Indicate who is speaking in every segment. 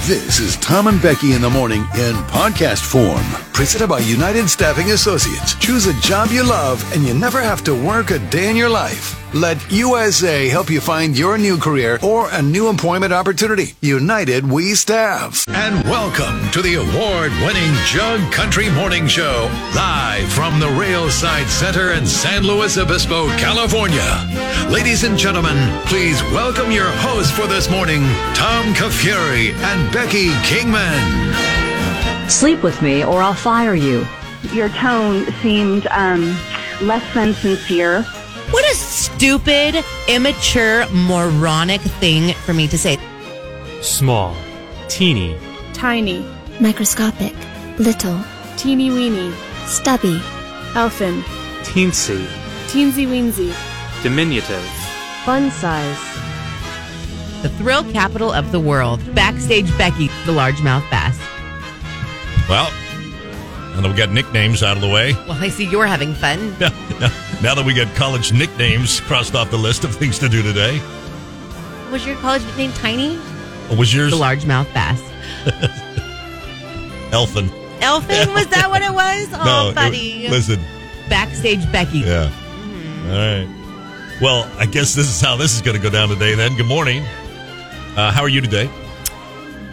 Speaker 1: This is Tom and Becky in the morning in podcast form. Presented by United Staffing Associates. Choose a job you love and you never have to work a day in your life. Let USA help you find your new career or a new employment opportunity. United We Staff. And welcome to the award winning Jug Country Morning Show, live from the Railside Center in San Luis Obispo, California. Ladies and gentlemen, please welcome your hosts for this morning, Tom Kafuri and Becky Kingman.
Speaker 2: Sleep with me or I'll fire you.
Speaker 3: your tone seemed um, less than sincere.
Speaker 4: What a stupid, immature, moronic thing for me to say.
Speaker 5: small, teeny,
Speaker 6: tiny,
Speaker 7: microscopic, little,
Speaker 6: teeny weeny,
Speaker 7: stubby,
Speaker 6: elfin,
Speaker 5: teensy,
Speaker 6: teensy weensy.
Speaker 5: diminutive.
Speaker 2: Fun size.
Speaker 4: The thrill capital of the world. Backstage Becky, the largemouth bass.
Speaker 8: Well, now that we got nicknames out of the way,
Speaker 4: Well, I see you're having fun.
Speaker 8: now that we got college nicknames crossed off the list of things to do today,
Speaker 4: Was your college nickname Tiny?
Speaker 8: what was yours?
Speaker 4: The largemouth bass.
Speaker 8: Elfin.
Speaker 4: Elfin, was that what it was? Oh,
Speaker 8: it-
Speaker 4: buddy. Mm-hmm.
Speaker 8: listen,
Speaker 4: Backstage Becky.
Speaker 8: yeah. All right. Well, I guess this is how this is going to go down today. Then, good morning. Uh, how are you today?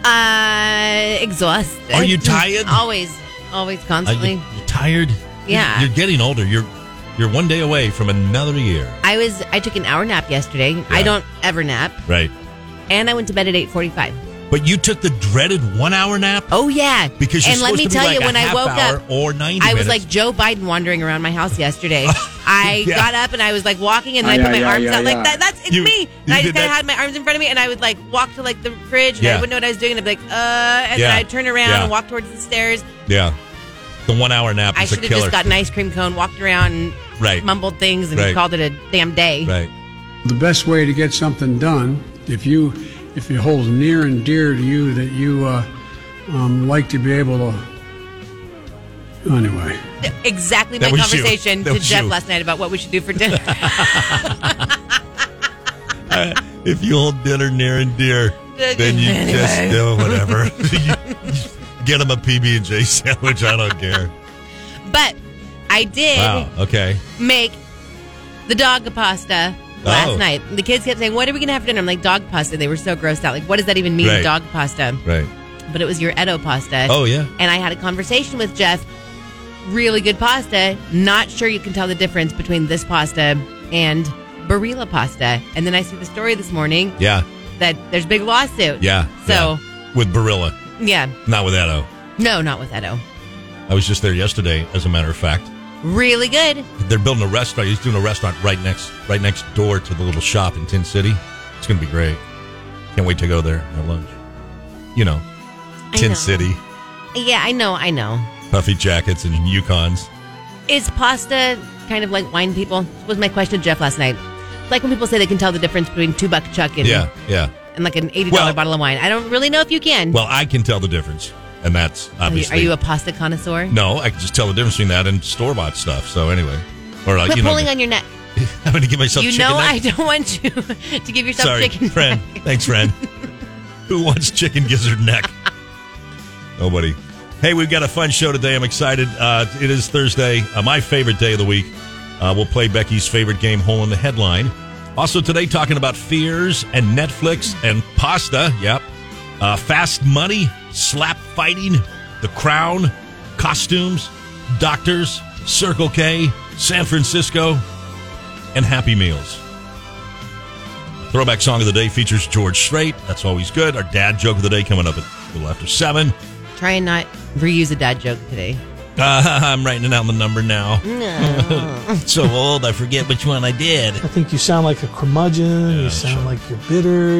Speaker 4: Uh, exhausted.
Speaker 8: Are you tired?
Speaker 4: Always, always,
Speaker 8: Are you,
Speaker 4: constantly.
Speaker 8: you tired?
Speaker 4: Yeah.
Speaker 8: You're, you're getting older. You're you're one day away from another year.
Speaker 4: I was. I took an hour nap yesterday. I don't ever nap,
Speaker 8: Right.
Speaker 4: and I went to bed at eight forty-five.
Speaker 8: But you took the dreaded one hour nap
Speaker 4: Oh yeah,
Speaker 8: because you're
Speaker 4: and let
Speaker 8: supposed
Speaker 4: me
Speaker 8: to be
Speaker 4: tell
Speaker 8: like
Speaker 4: you,
Speaker 8: a
Speaker 4: when I
Speaker 8: half
Speaker 4: woke
Speaker 8: hour
Speaker 4: up,
Speaker 8: or ninety.
Speaker 4: I was
Speaker 8: minutes.
Speaker 4: like Joe Biden wandering around my house yesterday. I
Speaker 8: Yeah.
Speaker 4: got up and I was like walking, and I put my arms out like that. That's it's
Speaker 8: You-
Speaker 4: me.
Speaker 8: you
Speaker 4: And I
Speaker 8: did
Speaker 4: just kind
Speaker 8: that-
Speaker 4: of had my arms in front of me, and I would like walk to like the fridge, and I
Speaker 8: Yeah.
Speaker 4: wouldn't know what I was doing, and I'd be like, uh, and
Speaker 8: Yeah.
Speaker 4: then I'd turn around
Speaker 8: Yeah.
Speaker 4: and walk towards the stairs.
Speaker 8: Yeah. The one hour nap
Speaker 4: I
Speaker 8: is a
Speaker 4: should have
Speaker 8: killer.
Speaker 4: just got an ice cream cone, walked around, and
Speaker 8: Right.
Speaker 4: mumbled things, and
Speaker 8: Right.
Speaker 4: called it a damn day.
Speaker 8: right.
Speaker 9: the best way to get something done if you if it holds near and dear to you that you uh, um, like to be able to anyway
Speaker 4: Exactly my
Speaker 8: That was you.
Speaker 4: conversation
Speaker 8: That
Speaker 4: to
Speaker 8: was
Speaker 4: Jeff
Speaker 8: you.
Speaker 4: last night about what we should do for dinner.
Speaker 8: If you hold dinner near and dear, then you just
Speaker 4: Anyway.
Speaker 8: do whatever. You- Get them a PB and J sandwich. I don't care.
Speaker 4: but I did.
Speaker 8: Wow. Okay.
Speaker 4: make the dog pasta last
Speaker 8: Oh.
Speaker 4: night. The kids kept saying, "What are we gonna have for dinner?" I'm like, "Dog pasta." They were so grossed out. Like, what does that even mean,
Speaker 8: Right.
Speaker 4: dog pasta?
Speaker 8: Right.
Speaker 4: But it was your Edo pasta.
Speaker 8: Oh yeah.
Speaker 4: And I had a conversation with Jeff. Really good pasta. Not sure you can tell the difference between this pasta and Barilla pasta. And then I see the story this morning
Speaker 8: Yeah.
Speaker 4: that there's a big lawsuit.
Speaker 8: Yeah.
Speaker 4: So
Speaker 8: yeah. with Barilla,
Speaker 4: yeah,
Speaker 8: not with Edo.
Speaker 4: no, not with Edo.
Speaker 8: I was just there yesterday. As a matter of fact,
Speaker 4: Really good.
Speaker 8: they're building a restaurant. He's doing a restaurant right next, right next door to the little shop in Tin City. It's gonna be great. Can't wait to go there at lunch. You know, Tin
Speaker 4: know.
Speaker 8: City,
Speaker 4: Yeah, I know. I know.
Speaker 8: puffy jackets and Yukons.
Speaker 4: Is pasta kind of like wine people? Was my question to Jeff last night. Like when people say they can tell the difference between two buck chuck and,
Speaker 8: Yeah. Yeah.
Speaker 4: and like an $80
Speaker 8: Well-
Speaker 4: bottle of wine. I don't really know if you can.
Speaker 8: Well, I can tell the difference, and that's
Speaker 4: are, you,
Speaker 8: obviously.
Speaker 4: are you a pasta connoisseur?
Speaker 8: No, I can just tell the difference between that and store bought stuff. So anyway, or like
Speaker 4: Quit
Speaker 8: you know,
Speaker 4: pulling on your neck.
Speaker 8: I'm going to give myself.
Speaker 4: You
Speaker 8: chicken
Speaker 4: know I
Speaker 8: neck.
Speaker 4: don't want you to give yourself
Speaker 8: Sorry,
Speaker 4: chicken
Speaker 8: friend.
Speaker 4: neck.
Speaker 8: Thanks, friend. Who wants chicken gizzard neck? Nobody. Hey, we've got a fun show today. I'm excited. Uh, it is Thursday, uh, my favorite day of the week. Uh, we'll play Becky's favorite game, Hole in the Headline. Also, today, talking about fears and Netflix and pasta. Yep. Uh, fast money, slap fighting, the crown, costumes, doctors, Circle K, San Francisco, and Happy Meals. Throwback song of the day features George Strait. That's always good. Our dad joke of the day coming up at a little after seven.
Speaker 4: Try and not reuse a dad joke today.
Speaker 8: Uh, I'm writing down the number now. so old, I forget which one I did.
Speaker 10: I think you sound like a curmudgeon.
Speaker 8: Yeah,
Speaker 10: you sound
Speaker 8: sure.
Speaker 10: like you're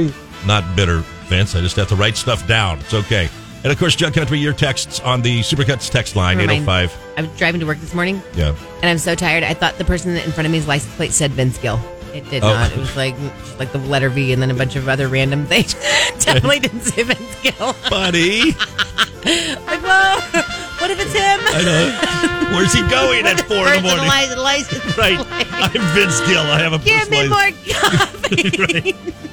Speaker 10: bitter.
Speaker 8: Not bitter, Vince. I just have to write stuff down. It's okay. And of course, Jug Country, your texts on the Supercuts text line,
Speaker 4: Never mind.
Speaker 8: 805.
Speaker 4: I was driving to work this morning
Speaker 8: Yeah.
Speaker 4: and I'm so tired. I thought the person in front of me's license plate said Vince Gill. It did
Speaker 8: Oh.
Speaker 4: not. It was like like the letter V and then a bunch of other random things. Definitely didn't say Vince Gill.
Speaker 8: Buddy,
Speaker 4: Like, whoa, what if it's him?
Speaker 8: I know. Where's he going at four in the morning?
Speaker 4: Personalized license
Speaker 8: Right.
Speaker 4: plate.
Speaker 8: I'm Vince Gill. I have a
Speaker 4: Give me
Speaker 8: personalized-
Speaker 4: more coffee.
Speaker 8: Right.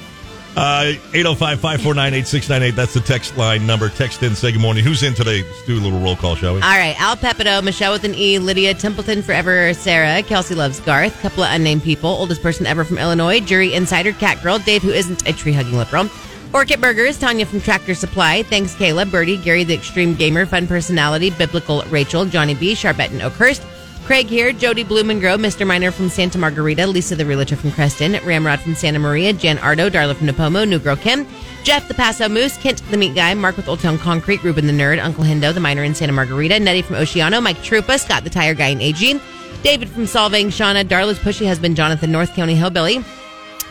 Speaker 8: Uh, 805 549 8698. That's the text line number. Text in, say good morning. Who's in today? Let's do a little roll call, shall we?
Speaker 4: All right, Al Pepito, Michelle with an E, Lydia Templeton forever, Sarah, Kelsey loves Garth, couple of unnamed people, oldest person ever from Illinois, jury insider, cat girl, Dave who isn't a tree hugging liberal, Orchid Burgers, Tanya from Tractor Supply, thanks Kayla, Birdie, Gary the extreme gamer, fun personality, biblical Rachel, Johnny B, Charbette and Oakhurst, Craig here, Jody Blumengrove, Mr. Miner from Santa Margarita, Lisa the Realtor from Creston, Ramrod from Santa Maria, Jan Ardo, Darla from Napomo, New Girl Kim, Jeff the Paso Moose, Kent the Meat Guy, Mark with Old Town Concrete, Ruben the Nerd, Uncle Hendo, the Miner in Santa Margarita, Nettie from Oceano, Mike Trupa, Scott the Tire Guy in AG, David from Solving, Shauna, Darla's Pushy Husband, Jonathan North County Hillbilly,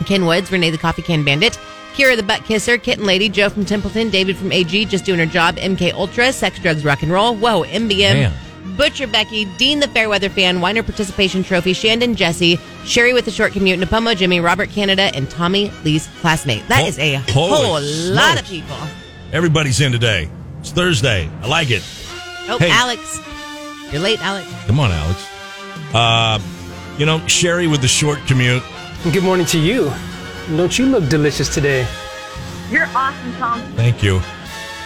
Speaker 4: Ken Woods, Renee the Coffee Can Bandit, Kira the Butt Kisser, Kitten Lady, Joe from Templeton, David from AG, Just Doing Her Job, MK Ultra, Sex, Drugs, Rock and Roll, Whoa, MBM,
Speaker 8: Man.
Speaker 4: Butcher Becky, Dean the Fairweather Fan, Weiner Participation Trophy, Shandon Jesse, Sherry with the Short Commute, Napomo Jimmy, Robert Canada, and Tommy Lee's classmate. That
Speaker 8: Ho-
Speaker 4: is a
Speaker 8: holy
Speaker 4: whole lot of
Speaker 8: smokes.
Speaker 4: people.
Speaker 8: Everybody's in today. It's Thursday. I like it.
Speaker 4: Oh,
Speaker 8: Hey.
Speaker 4: Alex. You're late, Alex.
Speaker 8: Come on, Alex. Uh, you know, Sherry with the short commute.
Speaker 11: Good morning to you. Don't you look delicious today?
Speaker 3: You're awesome, Tom.
Speaker 8: Thank you.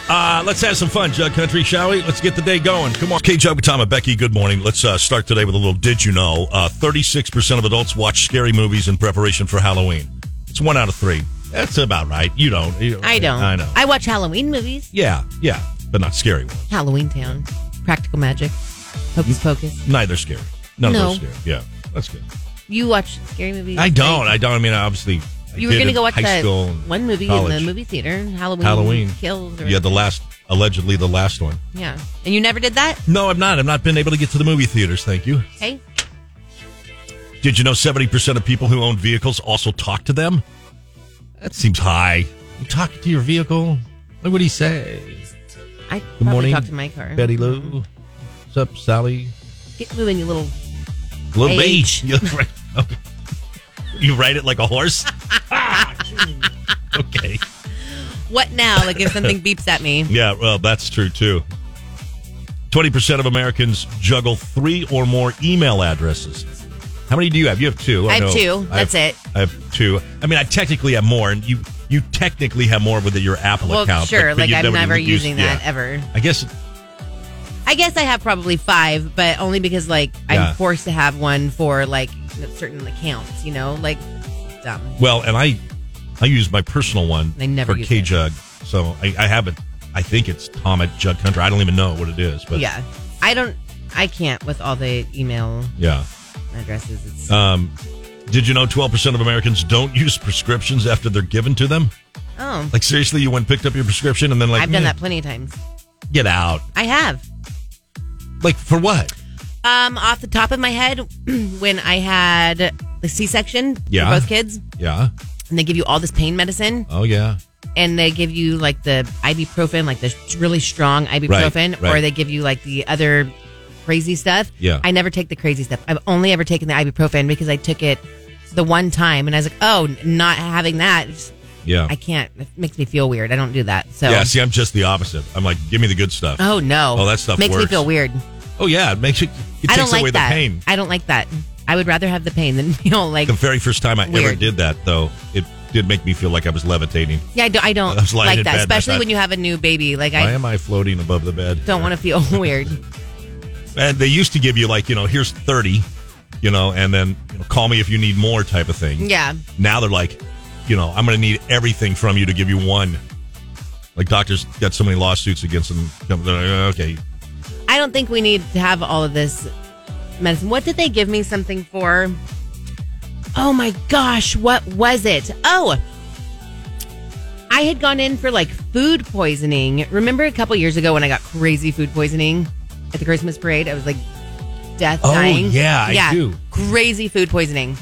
Speaker 8: Uh, let's have some fun, Jug Country, shall we? Let's get the day going. Come on. Okay, Jug Tom and Becky, good morning. Let's uh, start today with a little Did You Know? Uh, 36% of adults watch scary movies in preparation for Halloween. It's one out of three. That's about right. You don't. You-
Speaker 4: I don't.
Speaker 8: I know.
Speaker 4: I watch Halloween movies.
Speaker 8: yeah, yeah, but not scary ones.
Speaker 4: Halloween Town, Practical Magic, Hocus Pocus.
Speaker 8: Neither scary. None
Speaker 4: No.
Speaker 8: of those scary. Yeah, that's good.
Speaker 4: You watch scary movies.
Speaker 8: I don't. I don't. I mean, obviously. I
Speaker 4: You were
Speaker 8: did
Speaker 4: going to
Speaker 8: in
Speaker 4: go watch
Speaker 8: high
Speaker 4: that
Speaker 8: school and
Speaker 4: one movie
Speaker 8: college.
Speaker 4: in the movie theater, Halloween,
Speaker 8: Halloween.
Speaker 4: Kills. Or,
Speaker 8: Yeah, the last, allegedly the last one.
Speaker 4: yeah. And you never did that?
Speaker 8: No, I've not. I've not been able to get to the movie theaters. Thank you.
Speaker 4: Hey,
Speaker 8: Did you know 70% of people who own vehicles also talk to them? That seems high. You talk to your vehicle? Like, what do you say?
Speaker 4: I
Speaker 8: Good morning.
Speaker 4: talked to my car.
Speaker 8: Betty Lou. What's up, Sally?
Speaker 4: Get moving, you little.
Speaker 8: Little B.
Speaker 4: H.
Speaker 8: You, right, okay. you ride it like a horse? Ah, gee. okay.
Speaker 4: What now? Like if something beeps at me.
Speaker 8: Yeah, well, that's true too. 20% of Americans juggle three or more email addresses. How many do you have? You have two.
Speaker 4: I have
Speaker 8: know.
Speaker 4: two.
Speaker 8: I have-
Speaker 4: That's it.
Speaker 8: I have two. I mean, I technically have more, and you you technically have more with your Apple
Speaker 4: Well,
Speaker 8: account.
Speaker 4: sure.
Speaker 8: but- but
Speaker 4: like
Speaker 8: you
Speaker 4: I'm never
Speaker 8: used-
Speaker 4: using
Speaker 8: yeah.
Speaker 4: that ever.
Speaker 8: I guess
Speaker 4: I guess I have probably five, but only because like
Speaker 8: Yeah.
Speaker 4: I'm forced to have one for like certain accounts. You know, like dumb.
Speaker 8: Well, and I I use my personal one
Speaker 4: I never
Speaker 8: for
Speaker 4: use
Speaker 8: K Jug. So I, I have it. I think it's Tom at Jug Country. I don't even know what it is, but
Speaker 4: yeah, I don't. I can't with all the email
Speaker 8: yeah.
Speaker 4: addresses. It's,
Speaker 8: Um, did you know 12% of Americans don't use prescriptions after they're given to them?
Speaker 4: oh,
Speaker 8: Like seriously, you went and picked up your prescription and then like
Speaker 4: I've done
Speaker 8: "Eh,
Speaker 4: that plenty of times.
Speaker 8: Get out.
Speaker 4: I have.
Speaker 8: Like for what?
Speaker 4: Um, off the top of my head, when I had the C-section
Speaker 8: Yeah.
Speaker 4: for both kids,
Speaker 8: Yeah.
Speaker 4: and they give you all this pain medicine,
Speaker 8: Oh yeah.
Speaker 4: and they give you like the ibuprofen, like the really strong ibuprofen, or
Speaker 8: right.
Speaker 4: they give you like the other crazy stuff.
Speaker 8: Yeah.
Speaker 4: I never take the crazy stuff. I've only ever taken the ibuprofen because I took it the one time, and I was like, oh, n- not having that, it's-
Speaker 8: Yeah.
Speaker 4: I can't. It makes me feel weird. I don't do that. So.
Speaker 8: Yeah. See, I'm just the opposite. I'm like, give me the good stuff.
Speaker 4: Oh no!
Speaker 8: Oh, that stuff
Speaker 4: makes me
Speaker 8: works.
Speaker 4: feel weird.
Speaker 8: Oh yeah, it makes it. It
Speaker 4: I
Speaker 8: takes
Speaker 4: don't like
Speaker 8: away
Speaker 4: that.
Speaker 8: the pain.
Speaker 4: I don't like that. I would rather have the pain than you know, like
Speaker 8: The very first time I ever
Speaker 4: Weird.
Speaker 8: did that, though, it did make me feel like I was levitating.
Speaker 4: Yeah, I don't, I don't
Speaker 8: I was lying
Speaker 4: like
Speaker 8: in
Speaker 4: that,
Speaker 8: bed that
Speaker 4: especially
Speaker 8: time.
Speaker 4: when you have a new baby. Like
Speaker 8: Why
Speaker 4: I
Speaker 8: am I floating above the bed?
Speaker 4: don't want to feel weird.
Speaker 8: to. And they used to give you like, you know, here's thirty, you know, and then you know, call me if you need more type of thing.
Speaker 4: Yeah,
Speaker 8: Now they're like, you know, I'm going to need everything from you to give you one. Like doctors got so many lawsuits against them. They're like, okay,
Speaker 4: I don't think we need to have all of this medicine. What did they give me something for? Oh my gosh, what was it? Oh, I had gone in for like food poisoning. Remember a couple years ago when I got crazy food poisoning at the Christmas parade? I was like death
Speaker 8: Oh,
Speaker 4: dying.
Speaker 8: yeah, I do.
Speaker 4: Crazy food poisoning.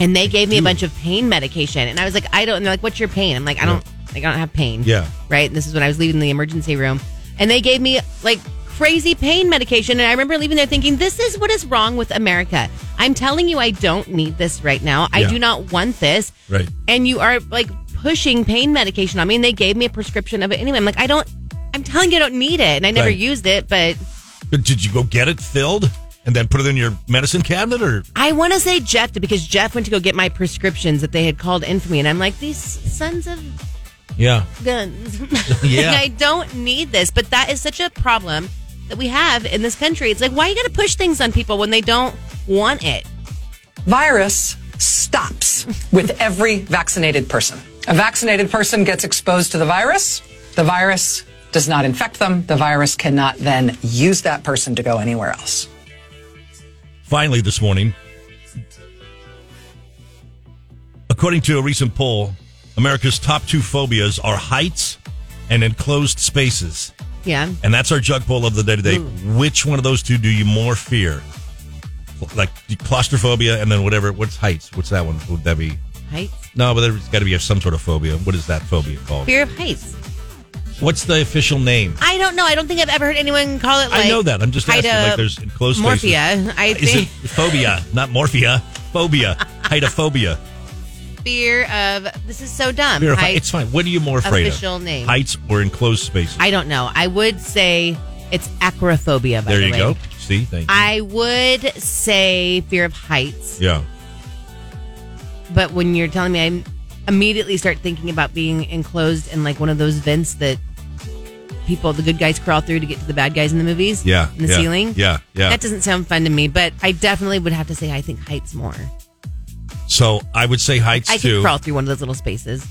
Speaker 4: And they gave me a bunch of pain medication. And I was like, I don't, and they're like, what's your pain? I'm like, I don't, like, I don't have pain.
Speaker 8: Yeah.
Speaker 4: Right. And this is when I was leaving the emergency room. And they gave me like crazy pain medication. And I remember leaving there thinking, this is what is wrong with America. I'm telling you, I don't need this right now. I
Speaker 8: Yeah.
Speaker 4: do not want this.
Speaker 8: Right.
Speaker 4: And you are like pushing pain medication on me. And they gave me a prescription of it anyway. I'm like, I don't, I'm telling you, I don't need it. And I never
Speaker 8: Right.
Speaker 4: used it, but
Speaker 8: But Did you go get it filled? and then put it in your medicine cabinet or
Speaker 4: I want to say Jeff did because Jeff went to go get my prescriptions that they had called in for me, and I'm like, these sons of
Speaker 8: yeah
Speaker 4: guns.
Speaker 8: Yeah.
Speaker 4: and I don't need this, but that is such a problem that we have in this country. It's like, why you got to push things on people when they don't want it?
Speaker 12: Virus stops with every vaccinated person. A vaccinated person gets exposed to the virus. The virus does not infect them. The virus cannot then use that person to go anywhere else.
Speaker 8: finally this morning, according to a recent poll, America's top two phobias are heights and enclosed spaces.
Speaker 4: Yeah.
Speaker 8: And that's our jug poll of the day today. Which one of those two do you more fear? Like claustrophobia and then whatever. What's heights? What's that one? Would that be?
Speaker 4: Heights.
Speaker 8: No, but there's got to be some sort of phobia. What is that phobia called?
Speaker 4: Fear of heights.
Speaker 8: What's the official name?
Speaker 4: I don't know. I don't think I've ever heard anyone call it like.
Speaker 8: I know that. I'm just asking. Like there's enclosed spaces.
Speaker 4: morphia. I
Speaker 8: Is it
Speaker 4: think
Speaker 8: phobia? Not morphia. Phobia. Heightophobia.
Speaker 4: fear of. This is so dumb.
Speaker 8: Verify.
Speaker 4: Heights.
Speaker 8: it's fine. What are you more afraid
Speaker 4: Official
Speaker 8: of?
Speaker 4: name.
Speaker 8: Heights or enclosed spaces?
Speaker 4: I don't know. I would say it's acrophobia. By
Speaker 8: there
Speaker 4: the
Speaker 8: you
Speaker 4: way.
Speaker 8: go. See, thank you.
Speaker 4: I would say fear of heights,
Speaker 8: yeah.
Speaker 4: but when you're telling me, I immediately start thinking about being enclosed in like one of those vents that people, the good guys, crawl through to get to the bad guys in the movies.
Speaker 8: Yeah,
Speaker 4: in the
Speaker 8: yeah,
Speaker 4: ceiling.
Speaker 8: yeah, yeah.
Speaker 4: That doesn't sound fun to me, but I definitely would have to say I think heights more.
Speaker 8: So I would say heights
Speaker 4: I could
Speaker 8: too,
Speaker 4: crawl through one of those little spaces.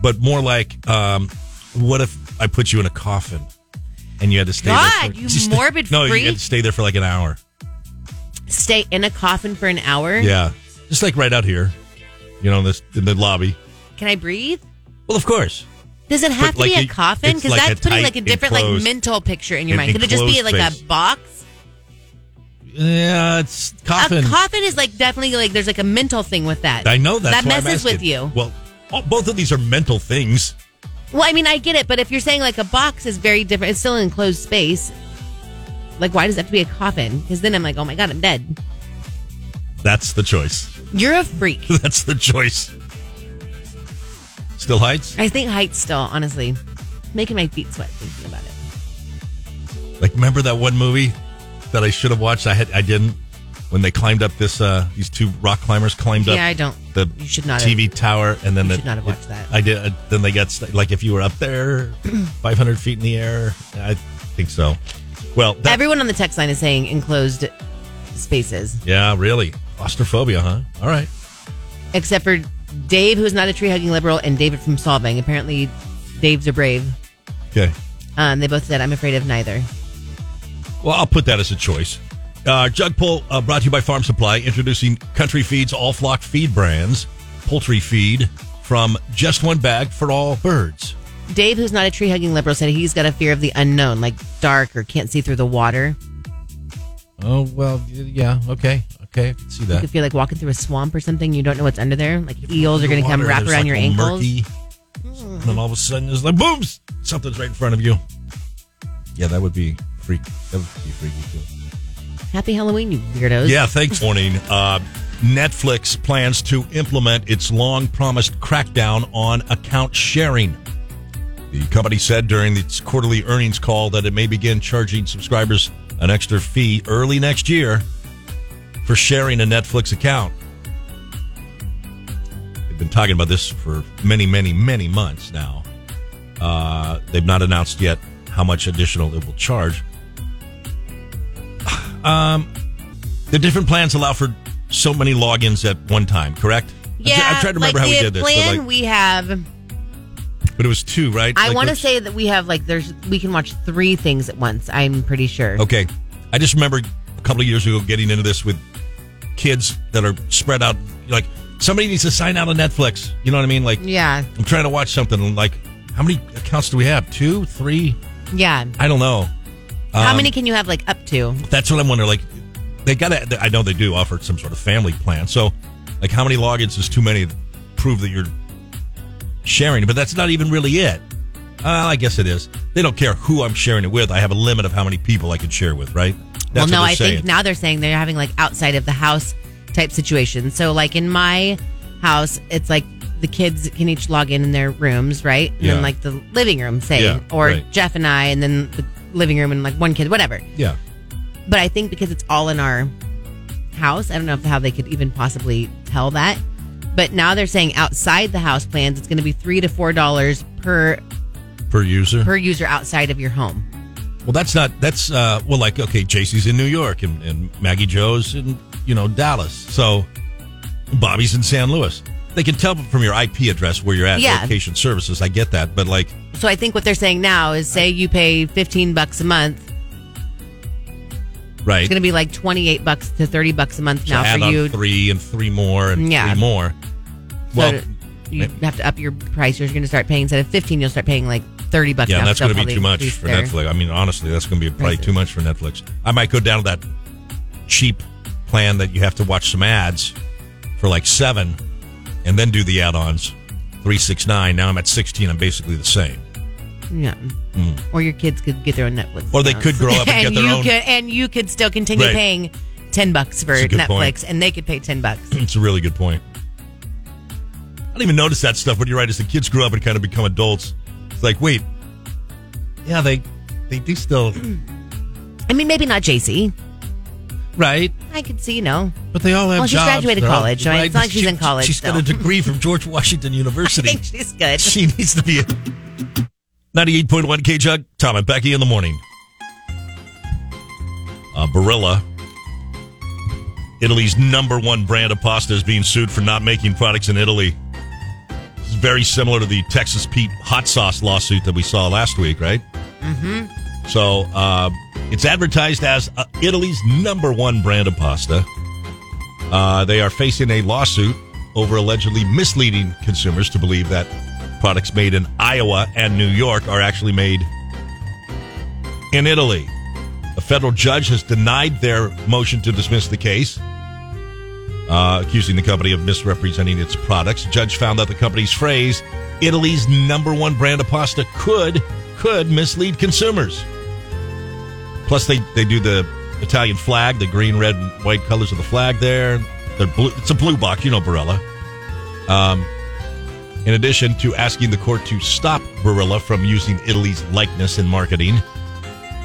Speaker 8: but more like, um, what if I put you in a coffin and you had to stay there?
Speaker 4: God,
Speaker 8: for-
Speaker 4: you morbid
Speaker 8: No,
Speaker 4: freak.
Speaker 8: you had to stay there for like an hour.
Speaker 4: Stay in a coffin for an hour.
Speaker 8: Yeah, just like right out here, you know, in this in the lobby.
Speaker 4: Can I breathe?
Speaker 8: Well, of course.
Speaker 4: Does it have to
Speaker 8: like
Speaker 4: be a
Speaker 8: it-
Speaker 4: coffin?
Speaker 8: it's
Speaker 4: Because
Speaker 8: like
Speaker 4: that's
Speaker 8: a
Speaker 4: putting
Speaker 8: tight,
Speaker 4: like a different
Speaker 8: enclosed-
Speaker 4: like mental picture in your
Speaker 8: an
Speaker 4: mind. Could it just be
Speaker 8: enclosed
Speaker 4: like
Speaker 8: space.
Speaker 4: a box?
Speaker 8: Yeah, it's coffin.
Speaker 4: A coffin is like definitely like there's like a mental thing with that.
Speaker 8: I know that's
Speaker 4: that
Speaker 8: why I'm
Speaker 4: messes with
Speaker 8: asking.
Speaker 4: you.
Speaker 8: Well, all, both of these are mental things.
Speaker 4: Well, I mean, I get it, but if you're saying like a box is very different, it's still an enclosed space. Like, why does it have to be a coffin? Because then I'm like, oh my god, I'm dead.
Speaker 8: That's the choice.
Speaker 4: You're a freak.
Speaker 8: That's the choice. Still heights?
Speaker 4: I think heights still, honestly, making my feet sweat thinking about it.
Speaker 8: Like remember that one movie that I should have watched? I had I didn't. When they climbed up this, uh these two rock climbers climbed up.
Speaker 4: Yeah, I don't-
Speaker 8: The
Speaker 4: you should not have-
Speaker 8: TV tower, and then
Speaker 4: you
Speaker 8: the,
Speaker 4: should not have watched that.
Speaker 8: I did. Uh, then they got st- like if you were up there, five hundred feet in the air. I think so. Well, that,
Speaker 4: Everyone on the text line is saying enclosed spaces,
Speaker 8: yeah, really claustrophobia, huh? All right.
Speaker 4: except for Dave, who's not a tree hugging liberal, and David from Solving. Apparently, Dave's are brave.
Speaker 8: Okay.
Speaker 4: Um, they both said, "I'm afraid of neither."
Speaker 8: Well, I'll put that as a choice. Uh, Jug Pull uh, brought to you by Farm Supply, introducing Country Feed's all flock feed brands, poultry feed from just one bag for all birds.
Speaker 4: Dave, who's not a tree hugging liberal, said he's got a fear of the unknown, like dark or can't see through the water.
Speaker 8: Oh well, yeah, okay, okay, I can see
Speaker 4: You could feel like walking through a swamp or something. You don't know what's under there. Like eels are going to come
Speaker 8: Water,
Speaker 4: wrap
Speaker 8: there's
Speaker 4: around
Speaker 8: like
Speaker 4: your
Speaker 8: all
Speaker 4: ankles.
Speaker 8: murky, and then all of a sudden it's like boom, something's right in front of you. Yeah, that would be freak. That would be freaky too.
Speaker 4: Happy Halloween, you weirdos.
Speaker 8: Yeah, thanks, morning. Uh, Netflix plans to implement its long promised crackdown on account sharing. The company said during its quarterly earnings call that it may begin charging subscribers an extra fee early next year for sharing a Netflix account. They've been talking about this for many, many, many months now. Uh, they've not announced yet how much additional it will charge. Um, the different plans allow for so many logins at one time, correct? I'm tr-
Speaker 4: Yeah,
Speaker 8: I'm trying to
Speaker 4: like
Speaker 8: remember how
Speaker 4: the
Speaker 8: we did this,
Speaker 4: plan
Speaker 8: but, like,
Speaker 4: we have.
Speaker 8: but it was two, right?
Speaker 4: I
Speaker 8: Like,
Speaker 4: want to
Speaker 8: let's-
Speaker 4: say that we have like there's we can watch three things at once. I'm pretty sure.
Speaker 8: Okay. I just remember a couple of years ago getting into this with kids that are spread out. Like, somebody needs to sign out on Netflix. You know what I mean? Like,
Speaker 4: Yeah,
Speaker 8: I'm trying to watch something. and like, how many accounts do we have? Two, three?
Speaker 4: yeah.
Speaker 8: I don't know.
Speaker 4: How
Speaker 8: Um,
Speaker 4: many can you have like up to?
Speaker 8: That's what I'm wondering. Like, they got to, I know they do offer some sort of family plan. So, like, how many logins is too many to prove that you're sharing? But that's not even really it. Uh, I guess it is. They don't care who I'm sharing it with. I have a limit of how many people I can share with, right?
Speaker 4: well,
Speaker 8: That's
Speaker 4: no,
Speaker 8: what they're
Speaker 4: I
Speaker 8: saying.
Speaker 4: think now they're saying they're having like outside of the house type situation. So, like in my house, it's like the kids can each log in in their rooms, right? And
Speaker 8: Yeah.
Speaker 4: then like the living room, say,
Speaker 8: Yeah,
Speaker 4: or
Speaker 8: right.
Speaker 4: Jeff and I, and then the living room and like one kid, whatever.
Speaker 8: Yeah.
Speaker 4: But I think because it's all in our house, I don't know if- how they could even possibly tell that. But now they're saying outside the house plans, it's going to be three to four dollars per
Speaker 8: per user.
Speaker 4: per user outside of your home.
Speaker 8: Well, that's not that's uh well like okay, JC's in New York and, and Maggie Joe's in you know Dallas. So Bobby's in San Luis. They can tell from your IP address where you're at.
Speaker 4: Yeah.
Speaker 8: Location services, I get that, but like
Speaker 4: So I think what they're saying now is, say you pay fifteen bucks a month,
Speaker 8: right.
Speaker 4: it's going to be like twenty eight bucks to thirty bucks a month
Speaker 8: So
Speaker 4: now
Speaker 8: add
Speaker 4: for
Speaker 8: on
Speaker 4: you.
Speaker 8: three and three more and
Speaker 4: Yeah.
Speaker 8: three more.
Speaker 4: So
Speaker 8: Well,
Speaker 4: to- you have to up your price. You're going to start paying instead of fifteen, you'll start paying like thirty bucks.
Speaker 8: yeah,
Speaker 4: now,
Speaker 8: and that's
Speaker 4: so
Speaker 8: going to be
Speaker 4: probably
Speaker 8: too much
Speaker 4: increase
Speaker 8: for
Speaker 4: their-
Speaker 8: Netflix. I mean, honestly, that's going to be probably
Speaker 4: prices.
Speaker 8: too much for Netflix. I might go down to that cheap plan that you have to watch some ads for like seven, and then do the add-ons. Three six nine. Now I'm at sixteen. I'm basically the same.
Speaker 4: Yeah.
Speaker 8: Mm.
Speaker 4: Or your kids could get their own Netflix.
Speaker 8: Or they
Speaker 4: accounts.
Speaker 8: could grow up and get their
Speaker 4: you
Speaker 8: own-
Speaker 4: Could, and you could still continue
Speaker 8: Right.
Speaker 4: paying ten bucks for
Speaker 8: That's a good
Speaker 4: Netflix,
Speaker 8: point.
Speaker 4: and they could pay ten bucks.
Speaker 8: It's a really good point. I don't even notice that stuff, but you're right. As the kids grow up and kind of become adults, it's like, wait, yeah, they they do still
Speaker 4: I mean, maybe not JC.
Speaker 8: right.
Speaker 4: I could see, you know.
Speaker 8: But they all have
Speaker 4: Well, she's
Speaker 8: jobs.
Speaker 4: graduated
Speaker 8: They're all-
Speaker 4: college, so it's not like she's
Speaker 8: She-
Speaker 4: in college
Speaker 8: She's got a
Speaker 4: still.
Speaker 8: degree from George Washington University.
Speaker 4: think she's good.
Speaker 8: She needs to be in. 98.1 K Jug, Tom and Becky in the morning. Uh, Barilla, Italy's number one brand of pasta, is being sued for not making products in Italy. This is very similar to the Texas Pete hot sauce lawsuit that we saw last week, right?
Speaker 4: Mm-hmm.
Speaker 8: So uh, it's advertised as uh, Italy's number one brand of pasta. Uh, they are facing a lawsuit over allegedly misleading consumers to believe that products made in Iowa and New York are actually made in Italy. A federal judge has denied their motion to dismiss the case, uh, accusing the company of misrepresenting its products. Judge found that the company's phrase "Italy's number one brand of pasta" could could mislead consumers. Plus, they they do the Italian flag, the green, red, and white colors of the flag. There, they're blue. It's a blue box, you know, Barilla. Um, in addition to asking the court to stop Barilla from using Italy's likeness in marketing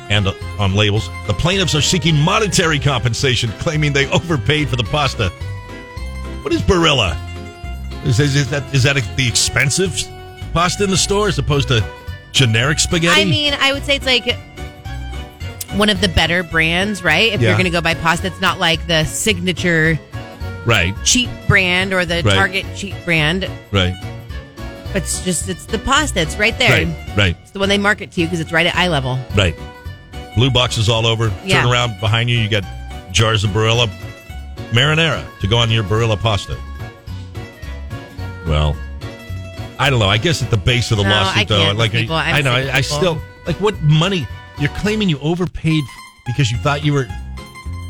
Speaker 8: and uh, on labels, the plaintiffs are seeking monetary compensation, claiming they overpaid for the pasta. What is Barilla? Is, is, is that is that the expensive pasta in the store as opposed to generic spaghetti?
Speaker 4: I mean, I would say it's like one of the better brands, right? If
Speaker 8: Yeah.
Speaker 4: you're going to go buy pasta, it's not like the signature
Speaker 8: right,
Speaker 4: cheap brand or the
Speaker 8: Right.
Speaker 4: Target cheap brand.
Speaker 8: right,
Speaker 4: It's just it's the pasta. It's right there.
Speaker 8: right, right.
Speaker 4: It's the one they market to you because it's right at eye level.
Speaker 8: Right. Blue boxes all over.
Speaker 4: Yeah.
Speaker 8: Turn around behind you, you got jars of Barilla marinara to go on your Barilla pasta. Well, I don't know. I guess at the base of the
Speaker 4: No, I
Speaker 8: lawsuit, though,
Speaker 4: can't
Speaker 8: like
Speaker 4: with people. I'm
Speaker 8: I know,
Speaker 4: sick of
Speaker 8: I, I
Speaker 4: people.
Speaker 8: still like what money you're claiming you overpaid because you thought you were,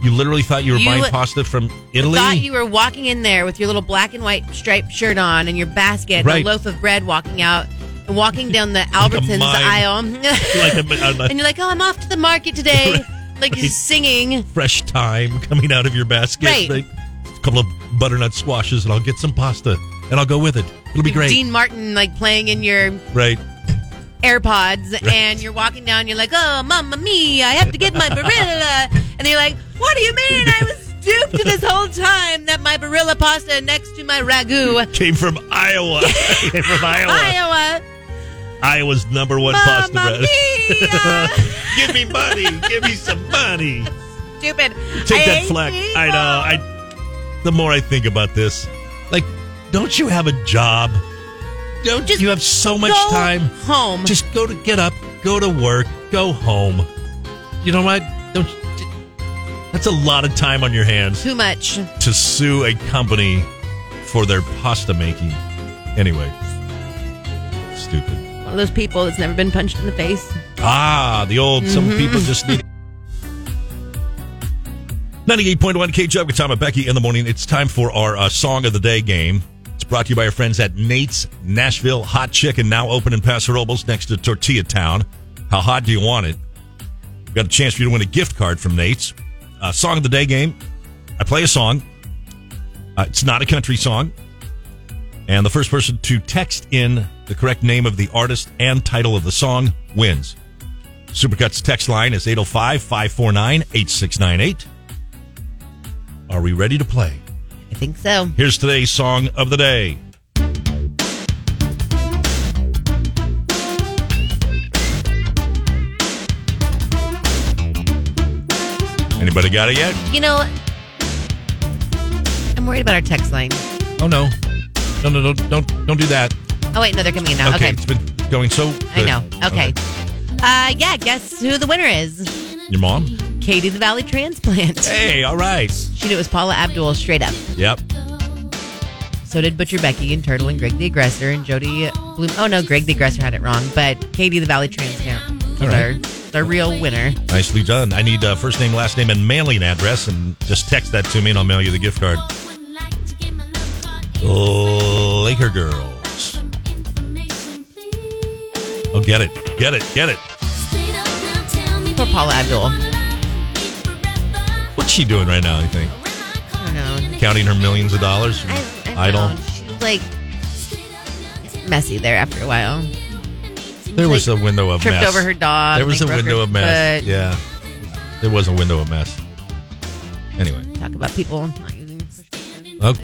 Speaker 8: you literally thought you were
Speaker 4: You
Speaker 8: buying pasta from Italy.
Speaker 4: Thought you were walking in there with your little black and white striped shirt on and your basket
Speaker 8: Right.
Speaker 4: and a loaf of bread, walking out and walking down the Albertsons
Speaker 8: mime.
Speaker 4: aisle,
Speaker 8: like a,
Speaker 4: and
Speaker 8: a,
Speaker 4: you're like, "Oh, I'm off to the market today," like you're singing.
Speaker 8: fresh thyme coming out of your basket.
Speaker 4: Right.
Speaker 8: A couple of butternut squashes, and I'll get some pasta, and I'll go with it. It'll be great.
Speaker 4: Dean Martin like playing in your
Speaker 8: Right.
Speaker 4: AirPods,
Speaker 8: Right.
Speaker 4: and you're walking down. You're like, "Oh, mamma mia, I have to get my Barilla," and you're like, "What do you mean? I was duped to this whole time that my Barilla pasta next to my ragu."
Speaker 8: Came from Iowa. Came from Iowa.
Speaker 4: Iowa.
Speaker 8: Iowa's number one pasta
Speaker 4: Mamma
Speaker 8: brand.
Speaker 4: mia.
Speaker 8: give me money. Give me some money.
Speaker 4: Stupid.
Speaker 8: Take
Speaker 4: I
Speaker 8: that
Speaker 4: hate
Speaker 8: flag. uh, I
Speaker 4: people.
Speaker 8: know. I. The more I think about this, like, don't you have a job? Don't you have so much
Speaker 4: go
Speaker 8: time?
Speaker 4: home.
Speaker 8: Just go to get up, go to work, go home. You know what? Don't. That's a lot of time on your hands.
Speaker 4: Too much.
Speaker 8: to sue a company for their pasta making. Anyway, stupid.
Speaker 4: One of those people that's never been punched in the face.
Speaker 8: Ah, the old some
Speaker 4: Mhm.
Speaker 8: people just need. 98.1 K Jug with Tom and Becky in the morning. It's time for our uh, Song of the Day game. It's brought to you by our friends at Nate's Nashville Hot Chicken, now open in Paso Robles next to Tortilla Town. How hot do you want it? We've got a chance for you to win a gift card from Nate's. Uh, song of the Day game. I play a song. Uh, it's not a country song. And the first person to text in the correct name of the artist and title of the song wins. Supercuts text line is 805 549 8698. Are we ready to play?
Speaker 4: I think so.
Speaker 8: Here's today's song of the day. Anybody got it yet?
Speaker 4: You know, I'm worried about our text line.
Speaker 8: Oh no. No no no don't don't do that.
Speaker 4: Oh wait, no, they're coming in now. Okay,
Speaker 8: It's been going so
Speaker 4: I
Speaker 8: good.
Speaker 4: know. Okay. Uh, yeah, guess who the winner is?
Speaker 8: Your mom?
Speaker 4: Katie the Valley transplant.
Speaker 8: Hey, all right.
Speaker 4: She knew it was Paula Abdul straight up.
Speaker 8: Yep.
Speaker 4: So did Butcher Becky and Turtle and Greg the Aggressor and Jody Bloom. Oh no, Greg the Aggressor had it wrong, but Katie the Valley transplant was
Speaker 8: All
Speaker 4: our,
Speaker 8: right.
Speaker 4: our real winner.
Speaker 8: Nicely done. I need uh, first name, last name, and mailing address, and just text that to me, and I'll mail you the gift card. Laker girls. Oh, get it, get it, get it.
Speaker 4: Poor Paula Abdul.
Speaker 8: What's she doing right now? You think
Speaker 4: I don't know.
Speaker 8: counting her millions of dollars? from
Speaker 4: I don't
Speaker 8: Idol.
Speaker 4: know. She's like messy there after a while.
Speaker 8: There was a window of
Speaker 4: tripped
Speaker 8: mess.
Speaker 4: over her dog,
Speaker 8: There was a
Speaker 4: like, broke
Speaker 8: window
Speaker 4: her
Speaker 8: of mess.
Speaker 4: foot.
Speaker 8: Yeah, there was a window of mess. Anyway, Oh,
Speaker 4: Talk about people. not using-
Speaker 8: okay.